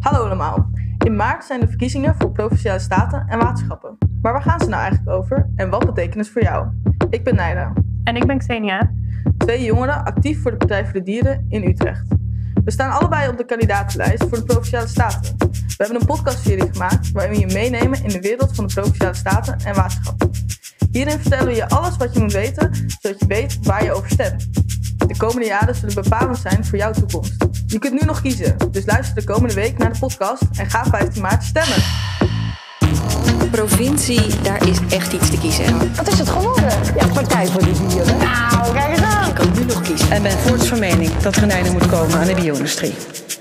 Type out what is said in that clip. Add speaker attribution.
Speaker 1: Hallo allemaal. In maart zijn de verkiezingen voor provinciale staten en waterschappen. Maar waar gaan ze nou eigenlijk over en wat betekenen ze voor jou? Ik ben Naida,
Speaker 2: En ik ben Xenia.
Speaker 1: twee jongeren actief voor de Partij voor de Dieren in Utrecht. We staan allebei op de kandidatenlijst voor de provinciale staten. We hebben een podcastserie gemaakt waarin we je meenemen in de wereld van de provinciale staten en waterschappen. Hierin vertellen we je alles wat je moet weten, zodat je weet waar je over stemt. De komende jaren zullen bepalend zijn voor jouw toekomst. Je kunt nu nog kiezen, dus luister de komende week naar de podcast en ga 15 maart stemmen.
Speaker 3: provincie, daar is echt iets te kiezen.
Speaker 4: Wat is het geworden? Ja, Partij voor de Dieren. Nou, kijk eens aan.
Speaker 3: Ik kan nu nog kiezen.
Speaker 5: en ben voorts van mening dat er een einde moet komen aan de bio-industrie.